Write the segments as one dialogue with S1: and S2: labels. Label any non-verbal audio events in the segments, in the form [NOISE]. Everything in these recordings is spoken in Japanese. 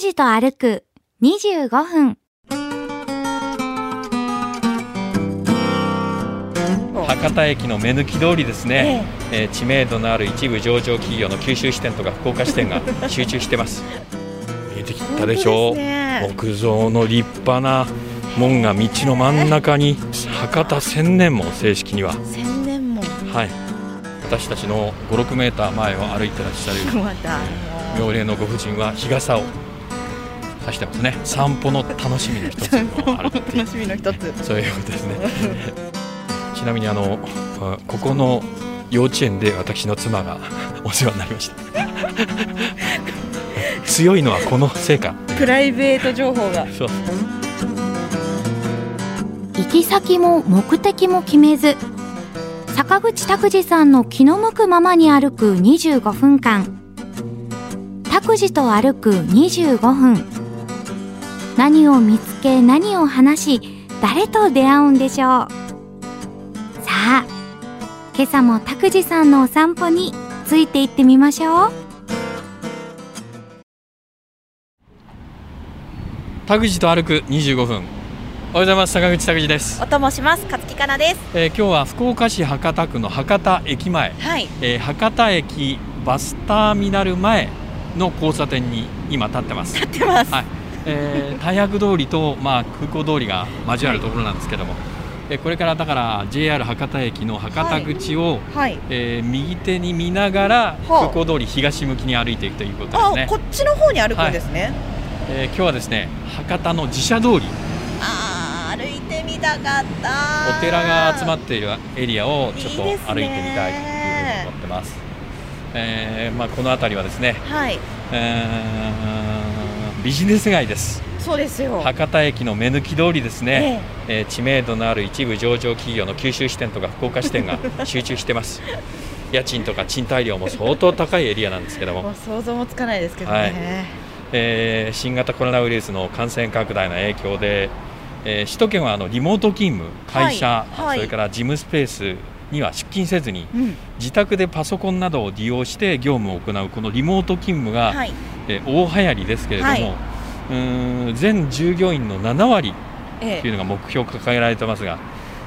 S1: 事と歩く25分。
S2: 博多駅の目抜き通りですね、えー知名度のある一部上場企業の九州支店とか福岡支店が集中してます [LAUGHS] 見えてきたでしょう、木造の立派な門が道の真ん中に博多千年門正式には
S3: 千年も
S2: はい私たちの56メーター前を歩いてらっしゃる
S3: また
S2: 妙齢のご婦人は日傘を差してますね散歩の楽しみの一つもあるっていう
S3: 楽しみの一つ
S2: そういうことですね。 [LAUGHS] ちなみにあのあここの幼稚園で私の妻がお世話になりました。 [LAUGHS] 強いのはこのせいか。
S3: プライベート情報が
S2: そう。
S1: 行き先も目的も決めず、坂口拓司さんの気の向くままに歩く25分間。拓司と歩く25分。何を見つけ、何を話し、誰と出会うんでしょう。さあ、今朝も拓司さんのお散歩について行ってみましょう。
S2: 田口と歩く25分。おはようございます坂口拓司です、
S3: おともします勝木かなです
S2: えー今日は福岡市博多区の博多駅前、
S3: はい
S2: えー博多駅バスターミナル前の交差点に今立ってます。
S3: 出ます
S2: はい、えー、大白通りと、まあ、空港通りが交わるところなんですけども、えーこれからだから JR 博多駅の博多口を、
S3: はい
S2: えー右手に見ながら空
S3: はあ
S2: 港通り東向きに歩いていくということです
S3: あ、
S2: ね
S3: こ、っちの方に歩くんですね、
S2: えー今日はですね博多の自社通り
S3: あー歩いてみたかった
S2: お寺が集まってているエリアをちょっと
S3: いい
S2: 歩い
S3: ですね
S2: てみたいというふうに思ってますえーまあ、この辺りはですね、
S3: はい
S2: えービジネス街です
S3: そうですよ
S2: 博多駅の目抜き通りですね、
S3: え
S2: えー知名度のある一部上場企業の九州支店とか福岡支店
S3: [LAUGHS]
S2: が集中してます家賃とか賃貸料も相当高いエリアなんですけど
S3: えも [LAUGHS]
S2: も
S3: う、想像もつかないですけど
S2: はい
S3: ね、
S2: えー新型コロナウイルスの感染拡大の影響で、えー首都圏はあのリモート勤務会社、
S3: はいはい
S2: それから事務スペースには出勤せずに
S3: うん
S2: 自宅でパソコンなどを利用して業務を行うこのリモート勤務が、
S3: はい
S2: えー大流行りですけれども、
S3: はいう
S2: ーん全従業員の7割
S3: え
S2: とい
S3: え
S2: うのが目標を掲げられてますが、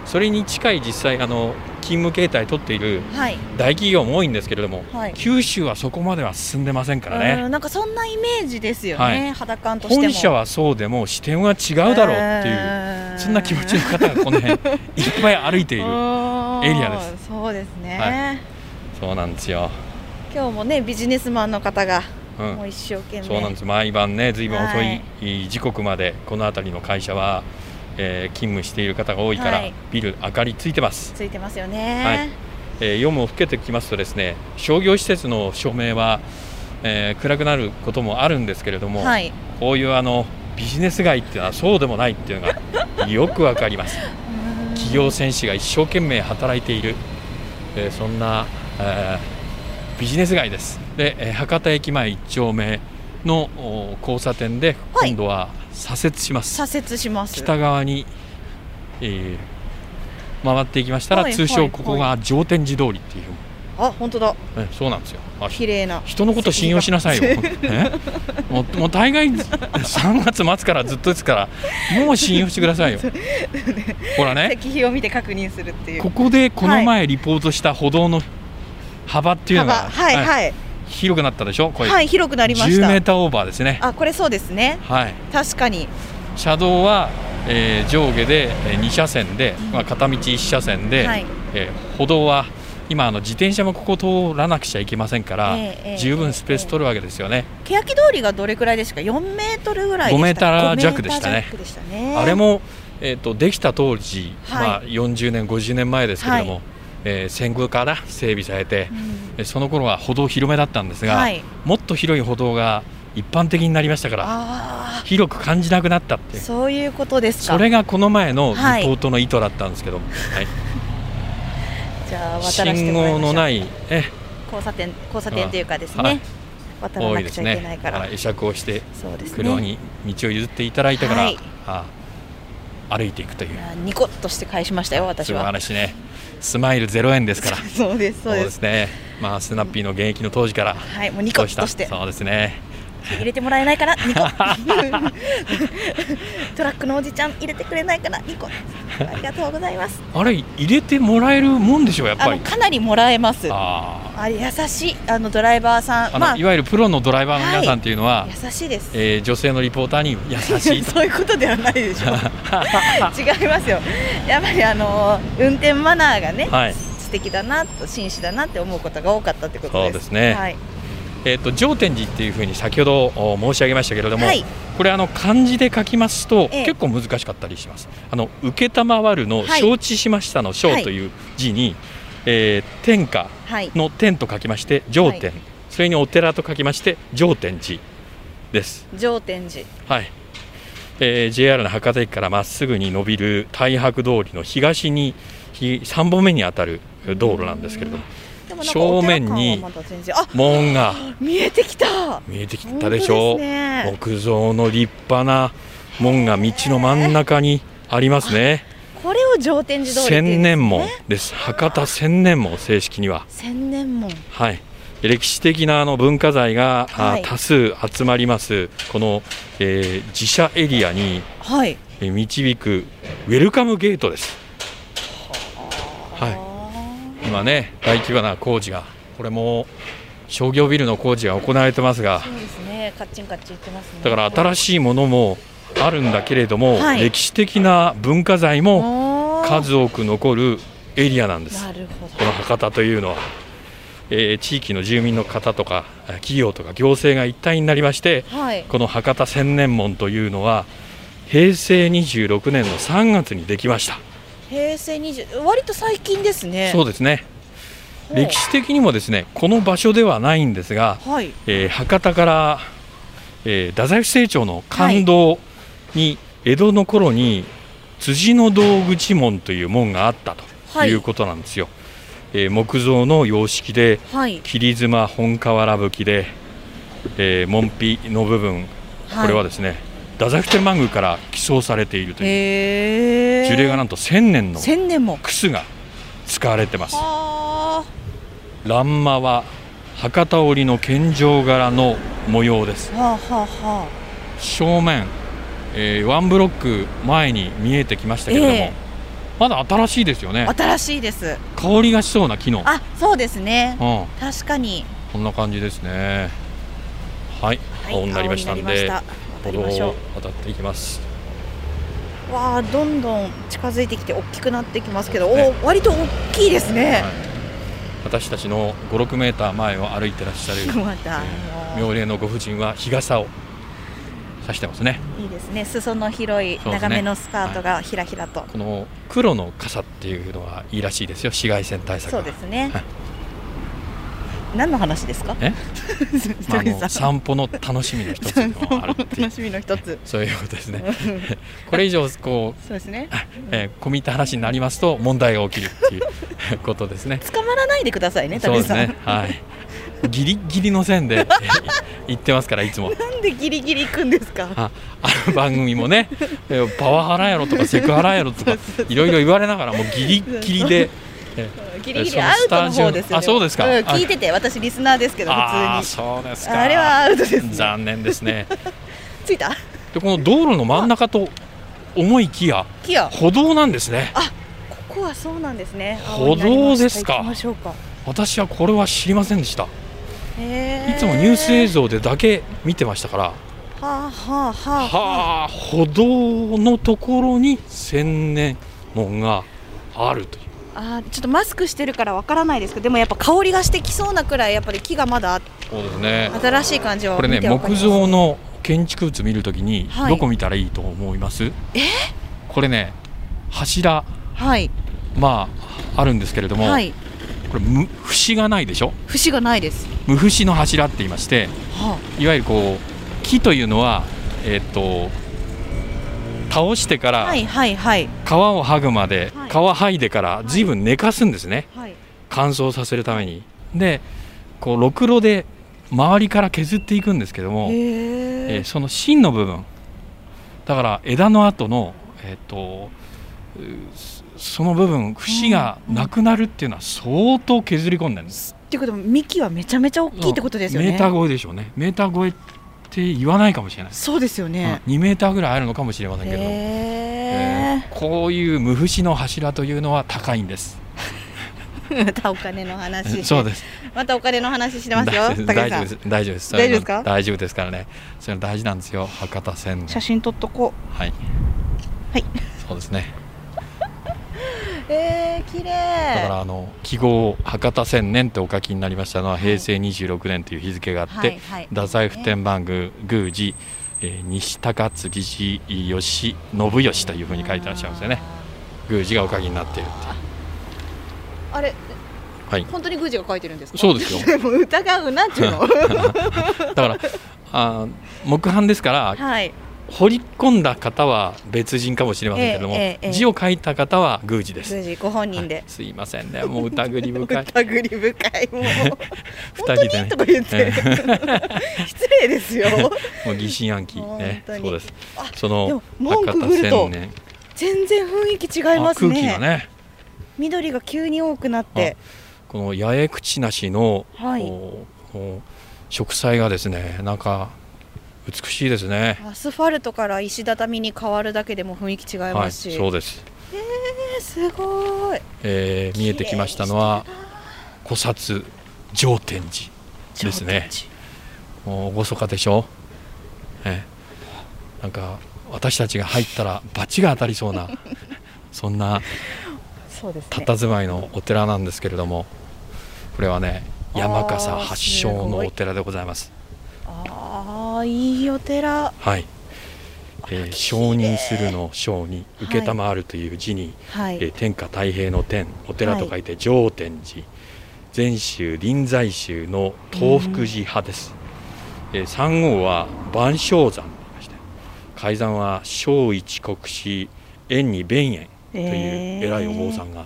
S2: それに近い実際、あの勤務形態取っている
S3: はい
S2: 大企業も多いんですけれども、
S3: はい
S2: 九州はそこまでは進んでませんから
S3: う
S2: ね、
S3: んなんかそんなイメージですよね、
S2: はい
S3: 肌感としても
S2: 本社はそうでも支店は違うだろうっていう、
S3: て
S2: そんな気持ちの方がこの
S3: [LAUGHS]
S2: 辺、いっぱい歩いている、エリアです
S3: そうですね、
S2: はそうなんですよ、
S3: 今日もねビジネスマンの方が
S2: う、
S3: もうん一生懸命
S2: そうなんです、毎晩ね、ずいぶん遅
S3: はい
S2: 時刻まで、この辺りの会社は、えー勤務している方が多いから、
S3: はい
S2: ビル、明かりついてます。
S3: ついてますよ
S2: はい
S3: ね、
S2: えー夜も更けてきますとですね商業施設の照明は、えー暗くなることもあるんですけれども、
S3: はい
S2: こういうあのビジネス街っていうのはそうでもないっていうのがよくわかり
S3: [LAUGHS]
S2: ます企業戦士が一生懸命働いている、えーそんな、えービジネス街ですで、えー博多駅前1丁目のお交差点で
S3: はい
S2: 今度は左折します、
S3: 左折します
S2: 北側に、えー回っていきましたら、
S3: はい
S2: 通
S3: は
S2: 称
S3: い
S2: ここが上天寺通りっていう、
S3: あ本当だ
S2: えそうなんですよあひ
S3: 綺麗な
S2: 人のこと信用しなさいよえ [LAUGHS] もうもう大概3月末からずっとですからもう信用してくださ
S3: [LAUGHS]
S2: いよほらね
S3: 石碑を見て確認するっていう
S2: ここでこの前リポートした歩道の幅っていうのが、
S3: 幅はい
S2: はい
S3: はい
S2: 広くなったでしょこれ、
S3: はい広くなりまし
S2: 10メー
S3: た
S2: ターオーバーですね
S3: あこれそうですね
S2: はい
S3: 確かに
S2: 車道は、えー上下で2車線で、まあ、片道1車線で、
S3: はい
S2: えー歩道は今あの自転車もここ通らなくちゃいけませんから、
S3: ええええ
S2: 十分スペース取るわけですよね、
S3: 欅通りがどれくらいですか4メートルぐらいで
S2: 5メ
S3: し
S2: ー
S3: た
S2: ター弱でしたね
S3: 5メーター弱でしたね
S2: あれも、えー、とできた当時、
S3: はい
S2: まあ、40年50年前ですけれども、
S3: は
S2: えー戦後から整備されて
S3: う、ん
S2: えーその頃は歩道広めだったんですが、
S3: はい
S2: もっと広い歩道が一般的になりましたから
S3: あ
S2: 広く感じなくなったって
S3: あ
S2: いう
S3: そういうことですか
S2: それがこの前のリポ
S3: はい
S2: ートの意図だったんですけど、はい
S3: じゃあ渡らせて
S2: 信
S3: もらい
S2: 号
S3: ましょ
S2: の
S3: う
S2: ないえ
S3: 交差点交差点というかですね、
S2: はい
S3: 渡ら
S2: 多い
S3: な
S2: で
S3: くち
S2: す
S3: ゃいけな
S2: ね
S3: いか、
S2: だからら会釈をして
S3: そうです
S2: 車
S3: ね
S2: に道を譲っていただいたから、
S3: はい
S2: ああ歩いていくという
S3: あニコッとして返しましたよ私
S2: 素晴
S3: は
S2: らしいねスマイル0円
S3: [LAUGHS]
S2: ですから
S3: そうですそうです
S2: ねまあスナッピーの現役の当時から
S3: はいもうニ
S2: そう
S3: コッとして
S2: そうですね
S3: 入れてもらえないか
S2: [LAUGHS]
S3: なニコ [LAUGHS] トラックのおじちゃん入れてくれないかなニコありがとうございます
S2: あれ入れてもらえるもんでしょやっ
S3: あ
S2: ぱ
S3: の
S2: り
S3: かなりもらえますあ
S2: あ
S3: れ優しいあのドライバーさ
S2: ー
S3: ん
S2: あの、
S3: まあ
S2: いわゆるプロのドライバーの皆さんっていうのは、
S3: 優しいです
S2: えー女性のリポーターに優しいと
S3: [LAUGHS] そういうことではない
S2: [LAUGHS]
S3: でしょ違いますよやっぱりあの運転マナーがね、
S2: はい
S3: 素敵だなと紳士だなって思うことが多かったってことです
S2: そうですね
S3: はい、
S2: えっ、と上天寺っていうふうに先ほどお申し上げましたけれども、
S3: はい
S2: これあの漢字で書きますと、
S3: ええ
S2: 結構難しかったりします。あの受けたまわるの
S3: はい
S2: 承知しましたの承
S3: はい
S2: という字に、えー天下
S3: はい、
S2: の天と書きまして上天、
S3: は
S2: それにお寺と書きまして上天寺です。
S3: 上天寺
S2: はい。えー JR の博多駅からまっすぐに伸びる大白通りの東に3本目にあたる道路なんですけれども
S3: でもなんか
S2: 正面に
S3: お寺感はまだ全然あ
S2: 門が
S3: 見えてきた
S2: 見えてきたでしょ
S3: 本当
S2: う、
S3: ですね
S2: 木造の立派な門が道の真ん中にありますね
S3: これを上天寺通りって言うんですね
S2: 千年門です博多千年門正式には
S3: 千年門
S2: はい歴史的なあの文化財が、あ
S3: はい
S2: 多数集まりますこの、えー自社エリアに
S3: はい
S2: えー導くウェルカムゲートですはい
S3: い
S2: 今ね大規模な工事がこれも商業ビルの工事が行われてますが
S3: そうですねカッチンカッチン言ってますね
S2: だから新しいものもあるんだけれども、
S3: はい
S2: 歴史的な文化財も
S3: おー
S2: 数多く残るエリアなんです
S3: なるほど
S2: この博多というのは、えー地域の住民の方とかえー企業とか行政が一体になりまして
S3: はい
S2: この博多千年門というのは平成26年の3月にできました
S3: 平成二十割と最近ですね
S2: そうですね
S3: ほう
S2: 歴史的にもですねこの場所ではないんですが、
S3: はい
S2: えー博多から、えー太宰府清張の感動に、江戸の頃に辻の道口門という門があったと
S3: はい
S2: いうことなんですよ、えー木造の様式で
S3: はい
S2: 切妻本河原吹きで、えー門扉の部分これはですね、太宰府天満宮から寄贈されているという
S3: へえ
S2: 樹齢がなんと1000年の
S3: 千年門
S2: 楠が使われてます
S3: は
S2: 欄間は博多織の献上柄の模様です
S3: あはあはあは
S2: 正面、えーワンブロック前に見えてきましたけれども、
S3: ええ
S2: まだ新しいですよね
S3: あ新しいです
S2: 香りがしそうな木の、
S3: あそうですね
S2: うん、
S3: 確かに
S2: こんな感じですねはい、
S3: はい
S2: 青になりましたん
S3: 青に
S2: で
S3: な
S2: 歩
S3: りました渡り
S2: 道
S3: ましょ
S2: を渡っていきます
S3: うわあどんどん近づいてきて大きくなってきますけど、
S2: そうですね
S3: お割と大きいですね、
S2: はい私たちの5、6メーター前を歩いてらっしゃ
S3: [LAUGHS]
S2: る
S3: またあの
S2: 妙齢のご婦人は日傘を差してますね
S3: いいですね裾の広い
S2: そうですね
S3: 長めのスカートがひらひらと
S2: この黒の傘っていうのはいいらしいですよ紫外線対策が
S3: そうですね
S2: はい
S3: 何の話ですか
S2: えまああ
S3: [LAUGHS] 鳥
S2: の
S3: さん
S2: 散歩の楽しみの一つでもあるっていう
S3: 楽しみの一つ
S2: そういうことですね [LAUGHS]
S3: う。ん
S2: これ以上こう、
S3: そうですね
S2: えー、込み入った話になりますと問題が起きるっていうことですね。
S3: 捕まらないでください [LAUGHS] ね
S2: そう
S3: 鳥
S2: です
S3: さん、
S2: ね。はい。ギリギリの線で [LAUGHS] えー行ってますからいつも。
S3: なんでギリギリ行くんですか
S2: ああの番組もね、えーパワハラやろとかセクハラやろ
S3: [LAUGHS]
S2: とかいろいろ言われながらもうギリギリで。えー
S3: ギリギリアウトの方ですよ、ね、
S2: あそうですか
S3: ん聞いてて私リスナーですけ [LAUGHS] ど普
S2: ああ
S3: 通
S2: そうです
S3: に
S2: か。
S3: あれはアウトですね
S2: 残念ですね。
S3: ついた
S2: でこの道路の真ん中と思いきや
S3: キア
S2: 歩道なんですね。
S3: ここはそうなんですね
S2: 歩道ですか
S3: 青になりました行きましょうか
S2: 私はこれは知りませんでした。
S3: い
S2: いつもニュース映像
S3: 像
S2: でだけ見てましたから、
S3: はあはあはあ
S2: はあ、歩道のところに千年門があるという。
S3: あーちょっとマスクしてるからわからないですけどでもやっぱ香りがしてきそうなくらいやっぱり木がまだあ
S2: そうですね。
S3: 新しい感じは
S2: これね、
S3: 見てわかり
S2: 木
S3: ます
S2: 造の建築物見るときに、
S3: はい
S2: どこ見たらいいと思います。これね、柱、
S3: はい
S2: まあ、あるんですけれども、
S3: はい
S2: これ、む、節がないでしょ
S3: 節がないです
S2: 無節の柱って言いまして、
S3: はあ
S2: いわゆるこう、木というのは、えっと。倒してから、
S3: はいはいはい
S2: 皮を剥ぐまで、
S3: はい
S2: 皮剥いでから随分寝かすんですね
S3: はい
S2: 乾燥させるためにでこうろくろで周りから削っていくんですけども、え
S3: へ
S2: ーその芯の部分だから枝の後のえっ、とうーそその部分節がなくなるっていうのは相当削り込んでるんです、
S3: っていうことは幹はめちゃめちゃ大きいってことですよね
S2: メーター超えでしょうねメーター超えって言わないかもしれないです、
S3: そうですよね。
S2: 2メーターぐらいあるのかもしれませんけど、
S3: へ
S2: えーこういう無節の柱というのは高いんです
S3: え。 [LAUGHS] またお金の話。
S2: そうです
S3: またお金の話してますよ。
S2: 大丈夫
S3: 高
S2: 大
S3: 木
S2: 丈
S3: さ
S2: 夫
S3: ん
S2: です。大丈夫です
S3: 大丈夫ですか
S2: 大丈夫ですからねそれは大事なんですよ博多線の
S3: 写真撮っとこ
S2: はい
S3: はい
S2: そうですね
S3: う。ええ
S2: だ
S3: 綺
S2: から
S3: 麗。
S2: あの記号博多千年とお書きになりましたのは平成26年という日付があって、
S3: はいはい
S2: 太宰府天満宮宮司、えー西高次氏義信義というふうに書いてらっしゃいますよね宮司がお書きになっているっていう
S3: あー。あれ
S2: はい
S3: 本当に宮司が書いてるんですか。
S2: そうですよ
S3: [LAUGHS] でも疑うなんち
S2: [LAUGHS]
S3: ゅうの。
S2: だから [LAUGHS] あー木版ですから
S3: はい。
S2: 彫り込んだ方は別人かもしれませんけれども、
S3: ええええ
S2: 字を書いた方は宮司です
S3: 宮司ご本人
S2: は
S3: で
S2: い。すいませんねもう疑り深い
S3: [LAUGHS] 疑り深い
S2: [LAUGHS]
S3: もう
S2: 二人でね
S3: 本当にとか言って [LAUGHS] 失礼ですよ
S2: もう疑心暗鬼ね
S3: 本当に
S2: そうです
S3: あ
S2: そ
S3: で
S2: の
S3: も文句振ると
S2: 年
S3: 全然雰囲気違います
S2: あ空気
S3: ね
S2: がね
S3: 緑が急に多くなって
S2: この八重口なしの、
S3: はい
S2: こうこう植栽がですねなんか美しいですね
S3: アスファルトから石畳に変わるだけでも雰囲気違い
S2: は
S3: ま
S2: い
S3: すし、
S2: そうです、
S3: えーすごい
S2: えー見えてきましたのは古刹上天寺ですね
S3: 上天
S2: もう厳かでしょ、ええなんか私たちが入ったら罰が当たりそうな
S3: [LAUGHS]
S2: そんな
S3: 寺そうですね
S2: 佇まいのお寺なんですけれどもこれはね山笠
S3: あー
S2: 発祥
S3: す
S2: の
S3: ごい
S2: お寺でございます
S3: ああいいお寺
S2: はい、えー承認するの承に
S3: はい
S2: 承るという字に、
S3: はい、
S2: えー天下太平の天お寺と書いて上天寺、禅宗臨済宗の東福寺派です、えー三王は万象山と言いまして改ざんは正一国師円に弁円という偉いお坊さ
S3: ん、
S2: んが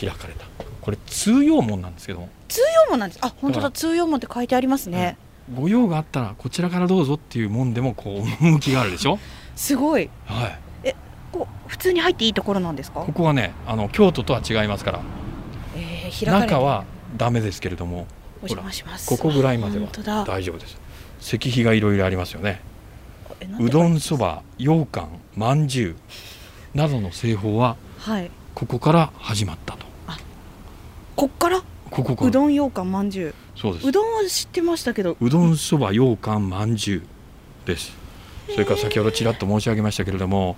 S2: 開かれた、これ通用門なんですけども
S3: 通用門なんですあ本当だ通用門って書いてありますね、
S2: ご用があったらこちらからどうぞっていう門でもこう趣があるでしょ、
S3: すごい
S2: はい、
S3: こう普通に入っていいところなんですか
S2: ここはねあの京都とは違いますから
S3: えー、開かれて
S2: 中はダメですけれども
S3: お邪魔します
S2: ここぐらいまでは
S3: 本当だ
S2: 大丈夫です石碑がいろいろありますよね
S3: えなんで
S2: うどんそば羊羹まんじゅうなどの製法は
S3: はい
S2: ここから始まったと
S3: こっから
S2: ここから
S3: うどん羊羹まんじゅ
S2: そうです
S3: ううどんは知ってましたけど
S2: うどんそば羊羹まんじゅうですそれから先ほどちらっと申し上げましたけれども、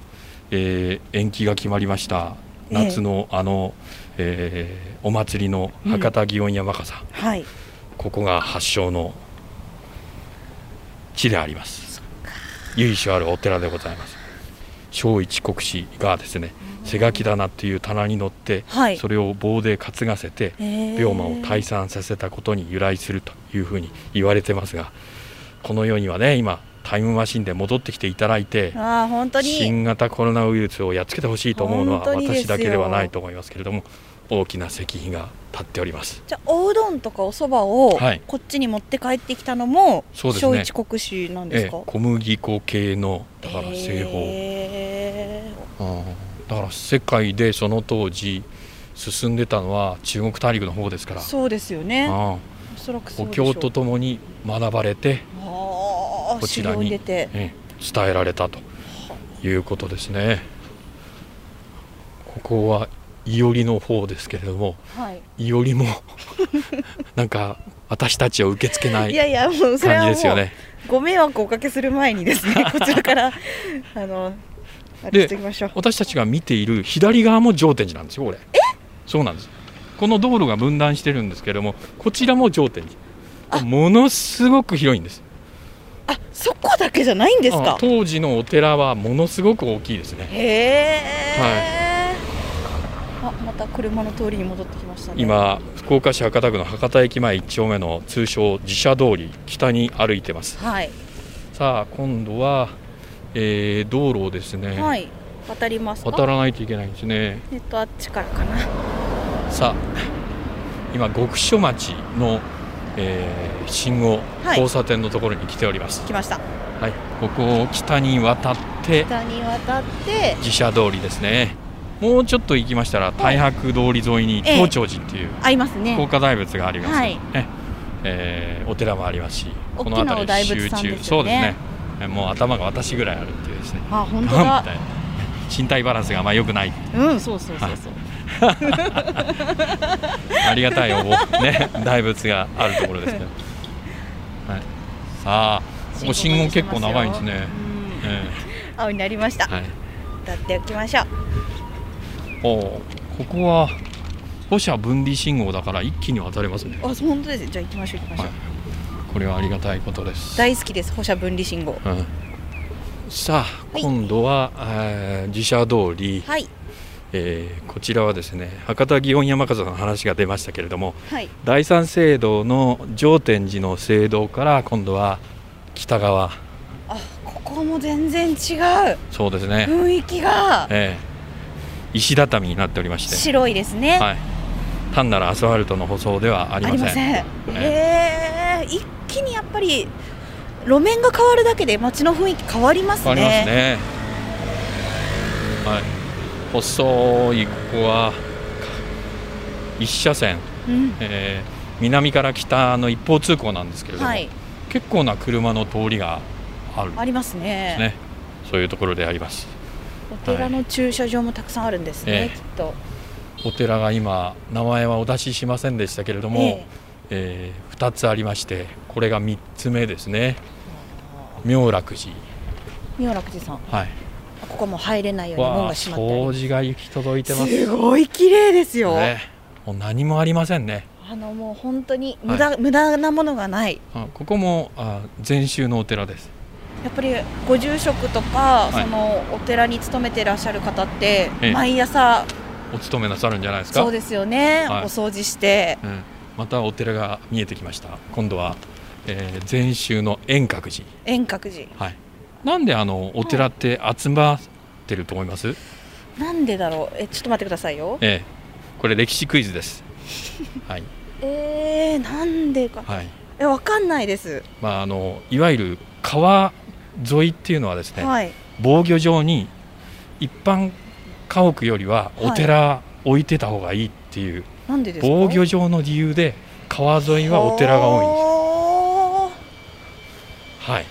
S2: えー延期が決まりました夏のあの、えーお祭りの博多祇園山笠、
S3: はい
S2: ここが発祥の地であります由緒あるお寺でございます正一国師がですね背書き棚という棚に乗って、
S3: はい
S2: それを棒で担がせて、
S3: え
S2: 龍馬を退
S3: 治
S2: 散させたことに由来するというふうに言われてますがこの世にはね今タイムマシンで戻ってきていただいて
S3: ああ本当に
S2: 新型コロナウイルスをやっつけてほしいと思うのは
S3: 本当にで
S2: 私
S3: すよ
S2: だけではないと思いますけれども大きな石碑が立っております
S3: じゃあおうどんとかおそばを
S2: はい
S3: こっちに持って帰ってきたのも
S2: そうですね
S3: 小一国史なんです
S2: ええ
S3: か、
S2: 小麦粉系のだから製法、
S3: え
S2: うんだから世界でその当時進んでたのは中国大陸の方ですから
S3: ーそうですよね
S2: うん
S3: おそらくそ
S2: お
S3: うでしょう
S2: 経とともに学ばれて、
S3: あ
S2: こ
S3: あ
S2: ちらに
S3: 修行出て
S2: ええ伝えられたということですねここはいおりの方ですけれども
S3: はい
S2: いおり
S3: [LAUGHS]
S2: もなんか私たちを受け付けないい
S3: やいやもうそ
S2: 感
S3: れ
S2: じ
S3: はも
S2: ですよ
S3: う
S2: ね
S3: ご迷惑をおかけする前にです
S2: [LAUGHS]
S3: ね、こちらから、あの、あれ
S2: で
S3: しておきましょう。
S2: 私たちが見ている左側も上天寺なんですよ、これ。そうなんです。この道路が分断してるんですけれども、こちらも上天寺。ものすごく広いんです。
S3: あ、そこだけじゃないんです
S2: あ
S3: か。
S2: 当時のお寺はものすごく大きいですね。
S3: へえ、あ、また車の通りに戻ってきましたね。
S2: 今、福岡市博多区の博多駅前1丁目の通称自社通り、北に歩いてます。
S3: はい、
S2: さあ、今度は、えー道路をですね、
S3: はい、渡りますか。
S2: 渡らないといけないんですね。
S3: えっと、あっちからかな。
S2: さあ今極所町の、えー信号、
S3: はい
S2: 交差点のところに来ております、
S3: 来ました。
S2: はい、ここを北に渡って
S3: 下に渡って、
S2: 自社通りですねもうちょっと行きましたら太白通り沿いに
S3: ええ
S2: 東長寺っていう
S3: ありますね。
S2: 高架大仏があります、
S3: はい
S2: ねえーお寺もありますし
S3: 大
S2: こ
S3: き
S2: の辺
S3: な
S2: り
S3: お大仏
S2: 集
S3: さん
S2: 中、
S3: ですよね
S2: そうですねえーもう頭が私ぐらいあるっていうですね
S3: あ本当
S2: [LAUGHS] み
S3: だ
S2: たいな身体バランスがあんま良くない
S3: うんそうそうそうそう
S2: ありがたいお坊ね大仏があるところですけど、はい、さあここ信号結構長いんですね、
S3: うん
S2: え
S3: 青になりました
S2: えはい、
S3: 歌っておきましょう
S2: おうここは歩車分離信号だから一気に渡れますね、
S3: あそう本当ですねじゃあ行きましょう行きましょ
S2: は
S3: う、
S2: い、これはありがたいことです、
S3: 大好きです歩車分離信号
S2: うん、さあ
S3: はい
S2: 今度は、えー自社通り、
S3: はい
S2: えーこちらはですね博多祇園山笠の話が出ましたけれども
S3: はい
S2: 第三聖堂の上天寺の聖堂から今度は北側
S3: あここも全然違う
S2: そうですね、
S3: 雰囲気が
S2: ええ石畳になっておりまして、
S3: 白いですね、
S2: はい、単なるアスファルトの舗装ではあり
S3: あ
S2: ま
S3: り
S2: せん
S3: ません
S2: え
S3: えー、一気にやっぱり路面が変わるだけで街の雰囲気変わりますね
S2: ありますねはい細いここは一車線、
S3: うん
S2: えー南から北の一方通行なんですけれども、
S3: はい
S2: 結構な車の通りがあるんで
S3: ありますね
S2: すねそういうところであります
S3: お寺の駐車場もたくさんあるんですね、
S2: ええ
S3: きっと
S2: お寺が今名前はお出ししませんでしたけれども、
S3: え
S2: えー、2つありましてこれが3つ目ですね妙楽寺
S3: 妙楽寺さん
S2: はい
S3: ここも入れないように門
S2: わあ
S3: が閉まってあ
S2: 掃
S3: り
S2: 除が行き届いてます
S3: すごい綺麗ですよ、
S2: ねもう何もありませんね
S3: あのもう本当に無駄,、無駄なものがない
S2: あここもあ禅宗のお寺です
S3: やっぱりご住職とか、
S2: はい
S3: そのお寺に勤めてらっしゃる方って、
S2: ええ
S3: 毎朝
S2: お勤めなさるんじゃないですか
S3: そうですよね、
S2: はい
S3: お掃除して
S2: うんまたお寺が見えてきました今度は、えー、禅宗の円覚寺
S3: 遠隔寺
S2: はいなんであのお寺って集まってると思います、
S3: なんでだろうえちょっと待ってくださいよ
S2: ええこれ歴史クイズですはい
S3: えー、なんでか
S2: はい
S3: えわかんないです、
S2: まあ、あのいわゆる川沿いっていうのはですね、
S3: はい
S2: 防御上に一般家屋よりはお寺置いてた方がいいっていう、
S3: なんでですか
S2: 防御上の理由で川沿いはお寺が多いんで
S3: 多い
S2: す、はい、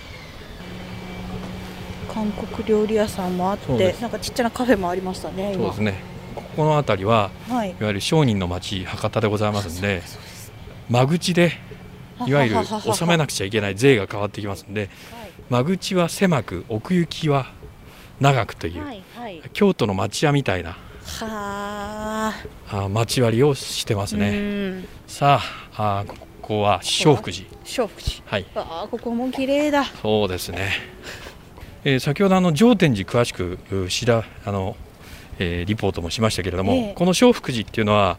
S3: 韓国料理屋さんもあっ
S2: そうで
S3: て
S2: す
S3: なんかちっちゃなカフェもありましたね
S2: そう
S3: 今
S2: ですねここの辺りは
S3: はい
S2: いわゆる商人の町博多でございますんで間口でいわゆる納めなくちゃいけない税が変わってきますんで間口は狭く奥行きは長くという、
S3: はいはい
S2: 京都の町屋みたいな
S3: はあ
S2: あー町割りをしてますね。
S3: うん
S2: さああーここは小福寺
S3: 小福寺
S2: はい
S3: わあここも綺麗だ
S2: そうですね、えー先ほどあの上天寺詳しくうしらあの、えーリポートもしましたけれども、
S3: ええ
S2: この小福寺っていうのは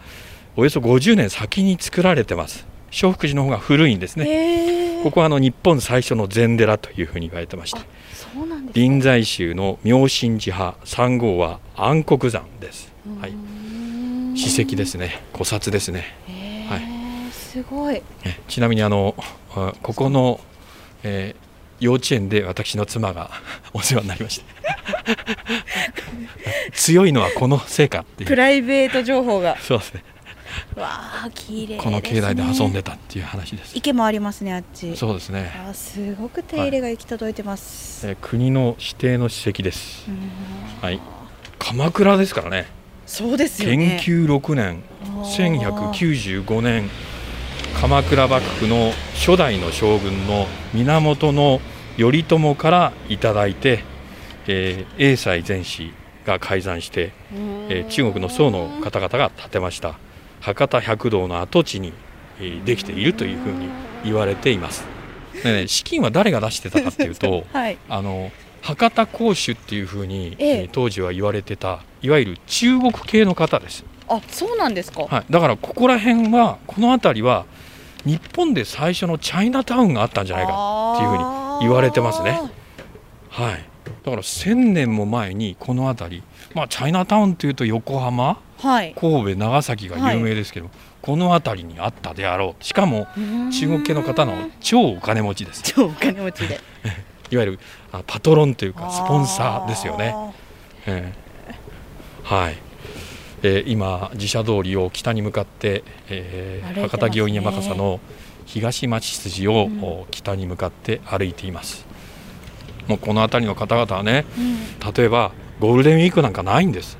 S2: およそ50年先に作られてます小福寺の方が古いんですね、
S3: へえ
S2: ここはあの日本最初の禅寺というふうに言われてまして
S3: あそうなんです
S2: 臨済宗の妙心寺派3号は暗黒山です、はいう
S3: ー、ん
S2: 史跡ですね古刹ですね
S3: へ
S2: は
S3: えすごい
S2: えちなみにあのあここの、えー幼稚園で私の妻が [LAUGHS] お世話になりました [LAUGHS] 強いのはこのせいかってい
S3: プ
S2: う
S3: ライベート情報が
S2: そうですね
S3: わあ綺麗ですね
S2: この境内で遊んでたっていう話です
S3: 池もありますねあっち
S2: そうですね、
S3: あすごく手入れが行き届いてます
S2: えー国の指定の史跡です
S3: う、ん
S2: はい、鎌倉ですからね
S3: そうですよ
S2: 研
S3: ね
S2: 究6年
S3: あー
S2: 1195年鎌倉幕府の初代の将軍の源の頼朝からいただいて、えー英才全史が改ざんして、えー中国の宋の方々が建てました博多百道の跡地に、えーできているというふうに言われています。でね、資金は誰が出してたかっていう
S3: [LAUGHS]
S2: と
S3: はい
S2: あの博多公主っていうふうに、
S3: ええ
S2: えー当時は言われてたいわゆる中国系の方です。
S3: あそうなんですか、
S2: はい、だからここら辺はこの辺りは日本で最初のチャイナタウンがあったんじゃないか、っていうふうに言われてますね
S3: あー
S2: はい、だから1000年も前にこの辺り、まあ、チャイナタウンというと横浜
S3: はい
S2: 神戸長崎が有名ですけど、この辺りにあったであろうしかも中国系の方
S3: うー
S2: の
S3: ん
S2: 超お金持ちです
S3: 超お金持ちで
S2: いわゆるあパトロンというかスポンサーですよね。ええはい、えー今自社通りを北に向かって、えー
S3: 歩いてますね
S2: 博多祇園山笠の東町筋を、
S3: うん
S2: お北に向かって歩いていますもうこの辺りの方々はね
S3: うん
S2: 例えばゴールデンウィークなんかないんです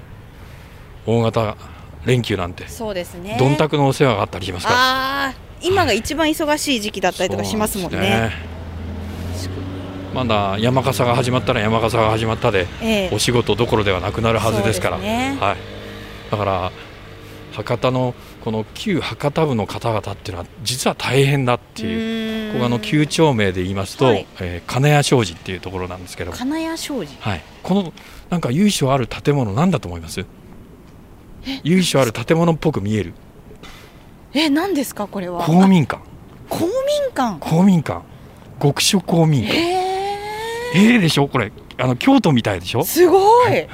S2: 大型連休なんて
S3: そうですね
S2: どんたくのお世話があったりしますから
S3: ああ今が一番忙しい時期だったりとかしますもん
S2: そうなん
S3: ね
S2: ですねまだ山笠が始まったら山笠が始まったで
S3: ええ
S2: お仕事どころではなくなるはずですから
S3: そうですね
S2: はい、だから博多のこの旧博多部の方々っていうのは実は大変だっていう、
S3: うーん
S2: ここはあの旧町名で言いますと、
S3: はい
S2: えー金谷商事っていうところなんですけど、
S3: 金谷商事
S2: はい、このなんか由緒ある建物なんだと思います由緒ある建物っぽく見える
S3: え何ですかこれは
S2: 公民館
S3: あ公民館
S2: 公民館極所公民館
S3: へえ
S2: ええでしょこれあの京都みたいでしょ、
S3: すごい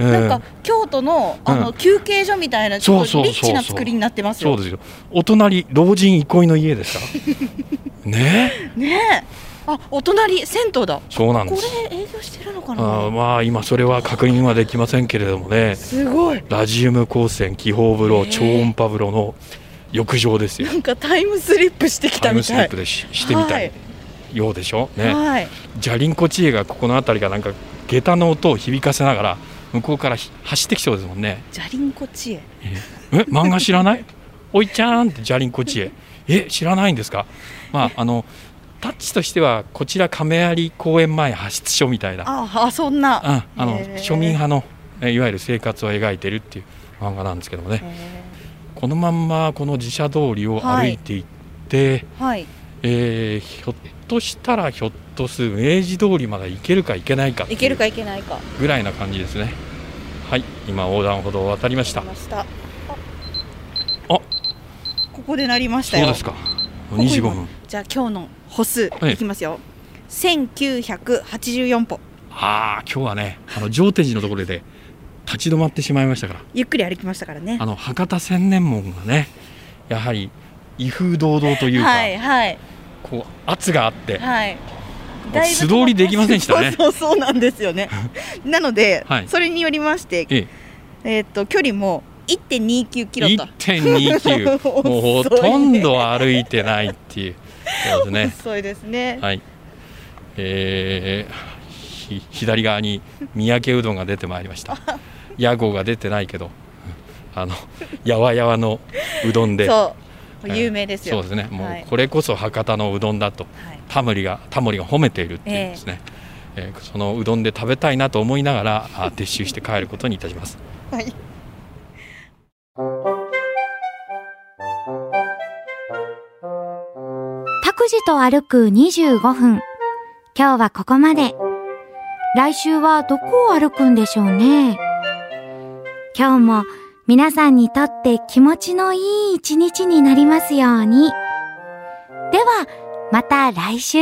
S2: えー
S3: なんか京都のあ
S2: う
S3: の
S2: ん
S3: 休憩所みたいなちょっ
S2: そ
S3: と
S2: う
S3: リ
S2: そうそうそう
S3: ッチな作りになってます
S2: そう
S3: よ
S2: ですよお隣老人憩いの家ですから
S3: [LAUGHS]
S2: ねえ
S3: ねえあお隣銭湯だ
S2: そうなん
S3: こ
S2: です
S3: れ営業してるのか
S2: あー
S3: な
S2: まあ今それは確認はできませんけれどもね
S3: すごい
S2: ラジウム光線気泡風呂
S3: へー
S2: 超音波風呂の浴場ですよ
S3: なんかタイムスリップしてき
S2: タ
S3: た
S2: イム
S3: み
S2: スリ
S3: た
S2: ッ
S3: い
S2: プでししてみたいようでしょ、ね
S3: はい
S2: じゃりんこ知恵がここの辺りがなんか下駄の音を響かせながら向こうからひ走ってきそうですもんね
S3: じゃりんこ知恵
S2: え漫画知らないおいちゃんってじゃりんこ知恵え知らないんですかまああのタッチとしてはこちら亀有公園前派出所みたいな
S3: ああそんな
S2: ああの
S3: へー
S2: 庶民派のえいわゆる生活を描いてるっていう漫画なんですけどもね
S3: へ
S2: このまんまこの自社通りを歩いていって、
S3: ーはい
S2: えーひょっとしたらひょっとする明治通りまで行けるか行けないかって
S3: い
S2: い
S3: ける
S2: う
S3: かいけないか
S2: ぐらいな感じですねはい今横断歩道を渡りました
S3: 来ましたあ
S2: あ
S3: ここでなりました
S2: そう
S3: よ
S2: ですか
S3: ここ今
S2: 25分
S3: じゃあ今日の歩数
S2: はい
S3: いきますよ1984歩
S2: ああ今日はねあの上天寺のところで立ち止まってしまいましたから
S3: ゆっくり歩きましたからね
S2: あの博多千年門がねやはり威風堂々というか、
S3: はいはい
S2: こう圧があって
S3: はい
S2: もう素通りできませんでしたね
S3: そうそうそうなんです
S2: [LAUGHS]
S3: よねなので、
S2: はい
S3: それによりまして
S2: ええ
S3: えーっと距離も1.29キロと [LAUGHS]
S2: 1.29もうほとんど歩いてないっていうそうですね
S3: 遅いですね、
S2: はいえーひ左側に三宅うどんが出てまいりま
S3: [LAUGHS]
S2: した屋号が出てないけどあのやわやわのうどんで
S3: [LAUGHS] そう
S2: はい
S3: 有名です
S2: そ
S3: よ、
S2: うですねも
S3: は
S2: う
S3: い
S2: これこそ博多のうどんだと
S3: はい
S2: タモリがタモリが褒めているっていうんですね、えーそのうどんで食べたいなと思いながらあ撤収して帰ることにいたします
S3: はい
S1: タクジと歩く25分。今日はここまで。来週はどこを歩くんでしょうね。今日も皆さんにとって気持ちのいい一日になりますように。では、また来週。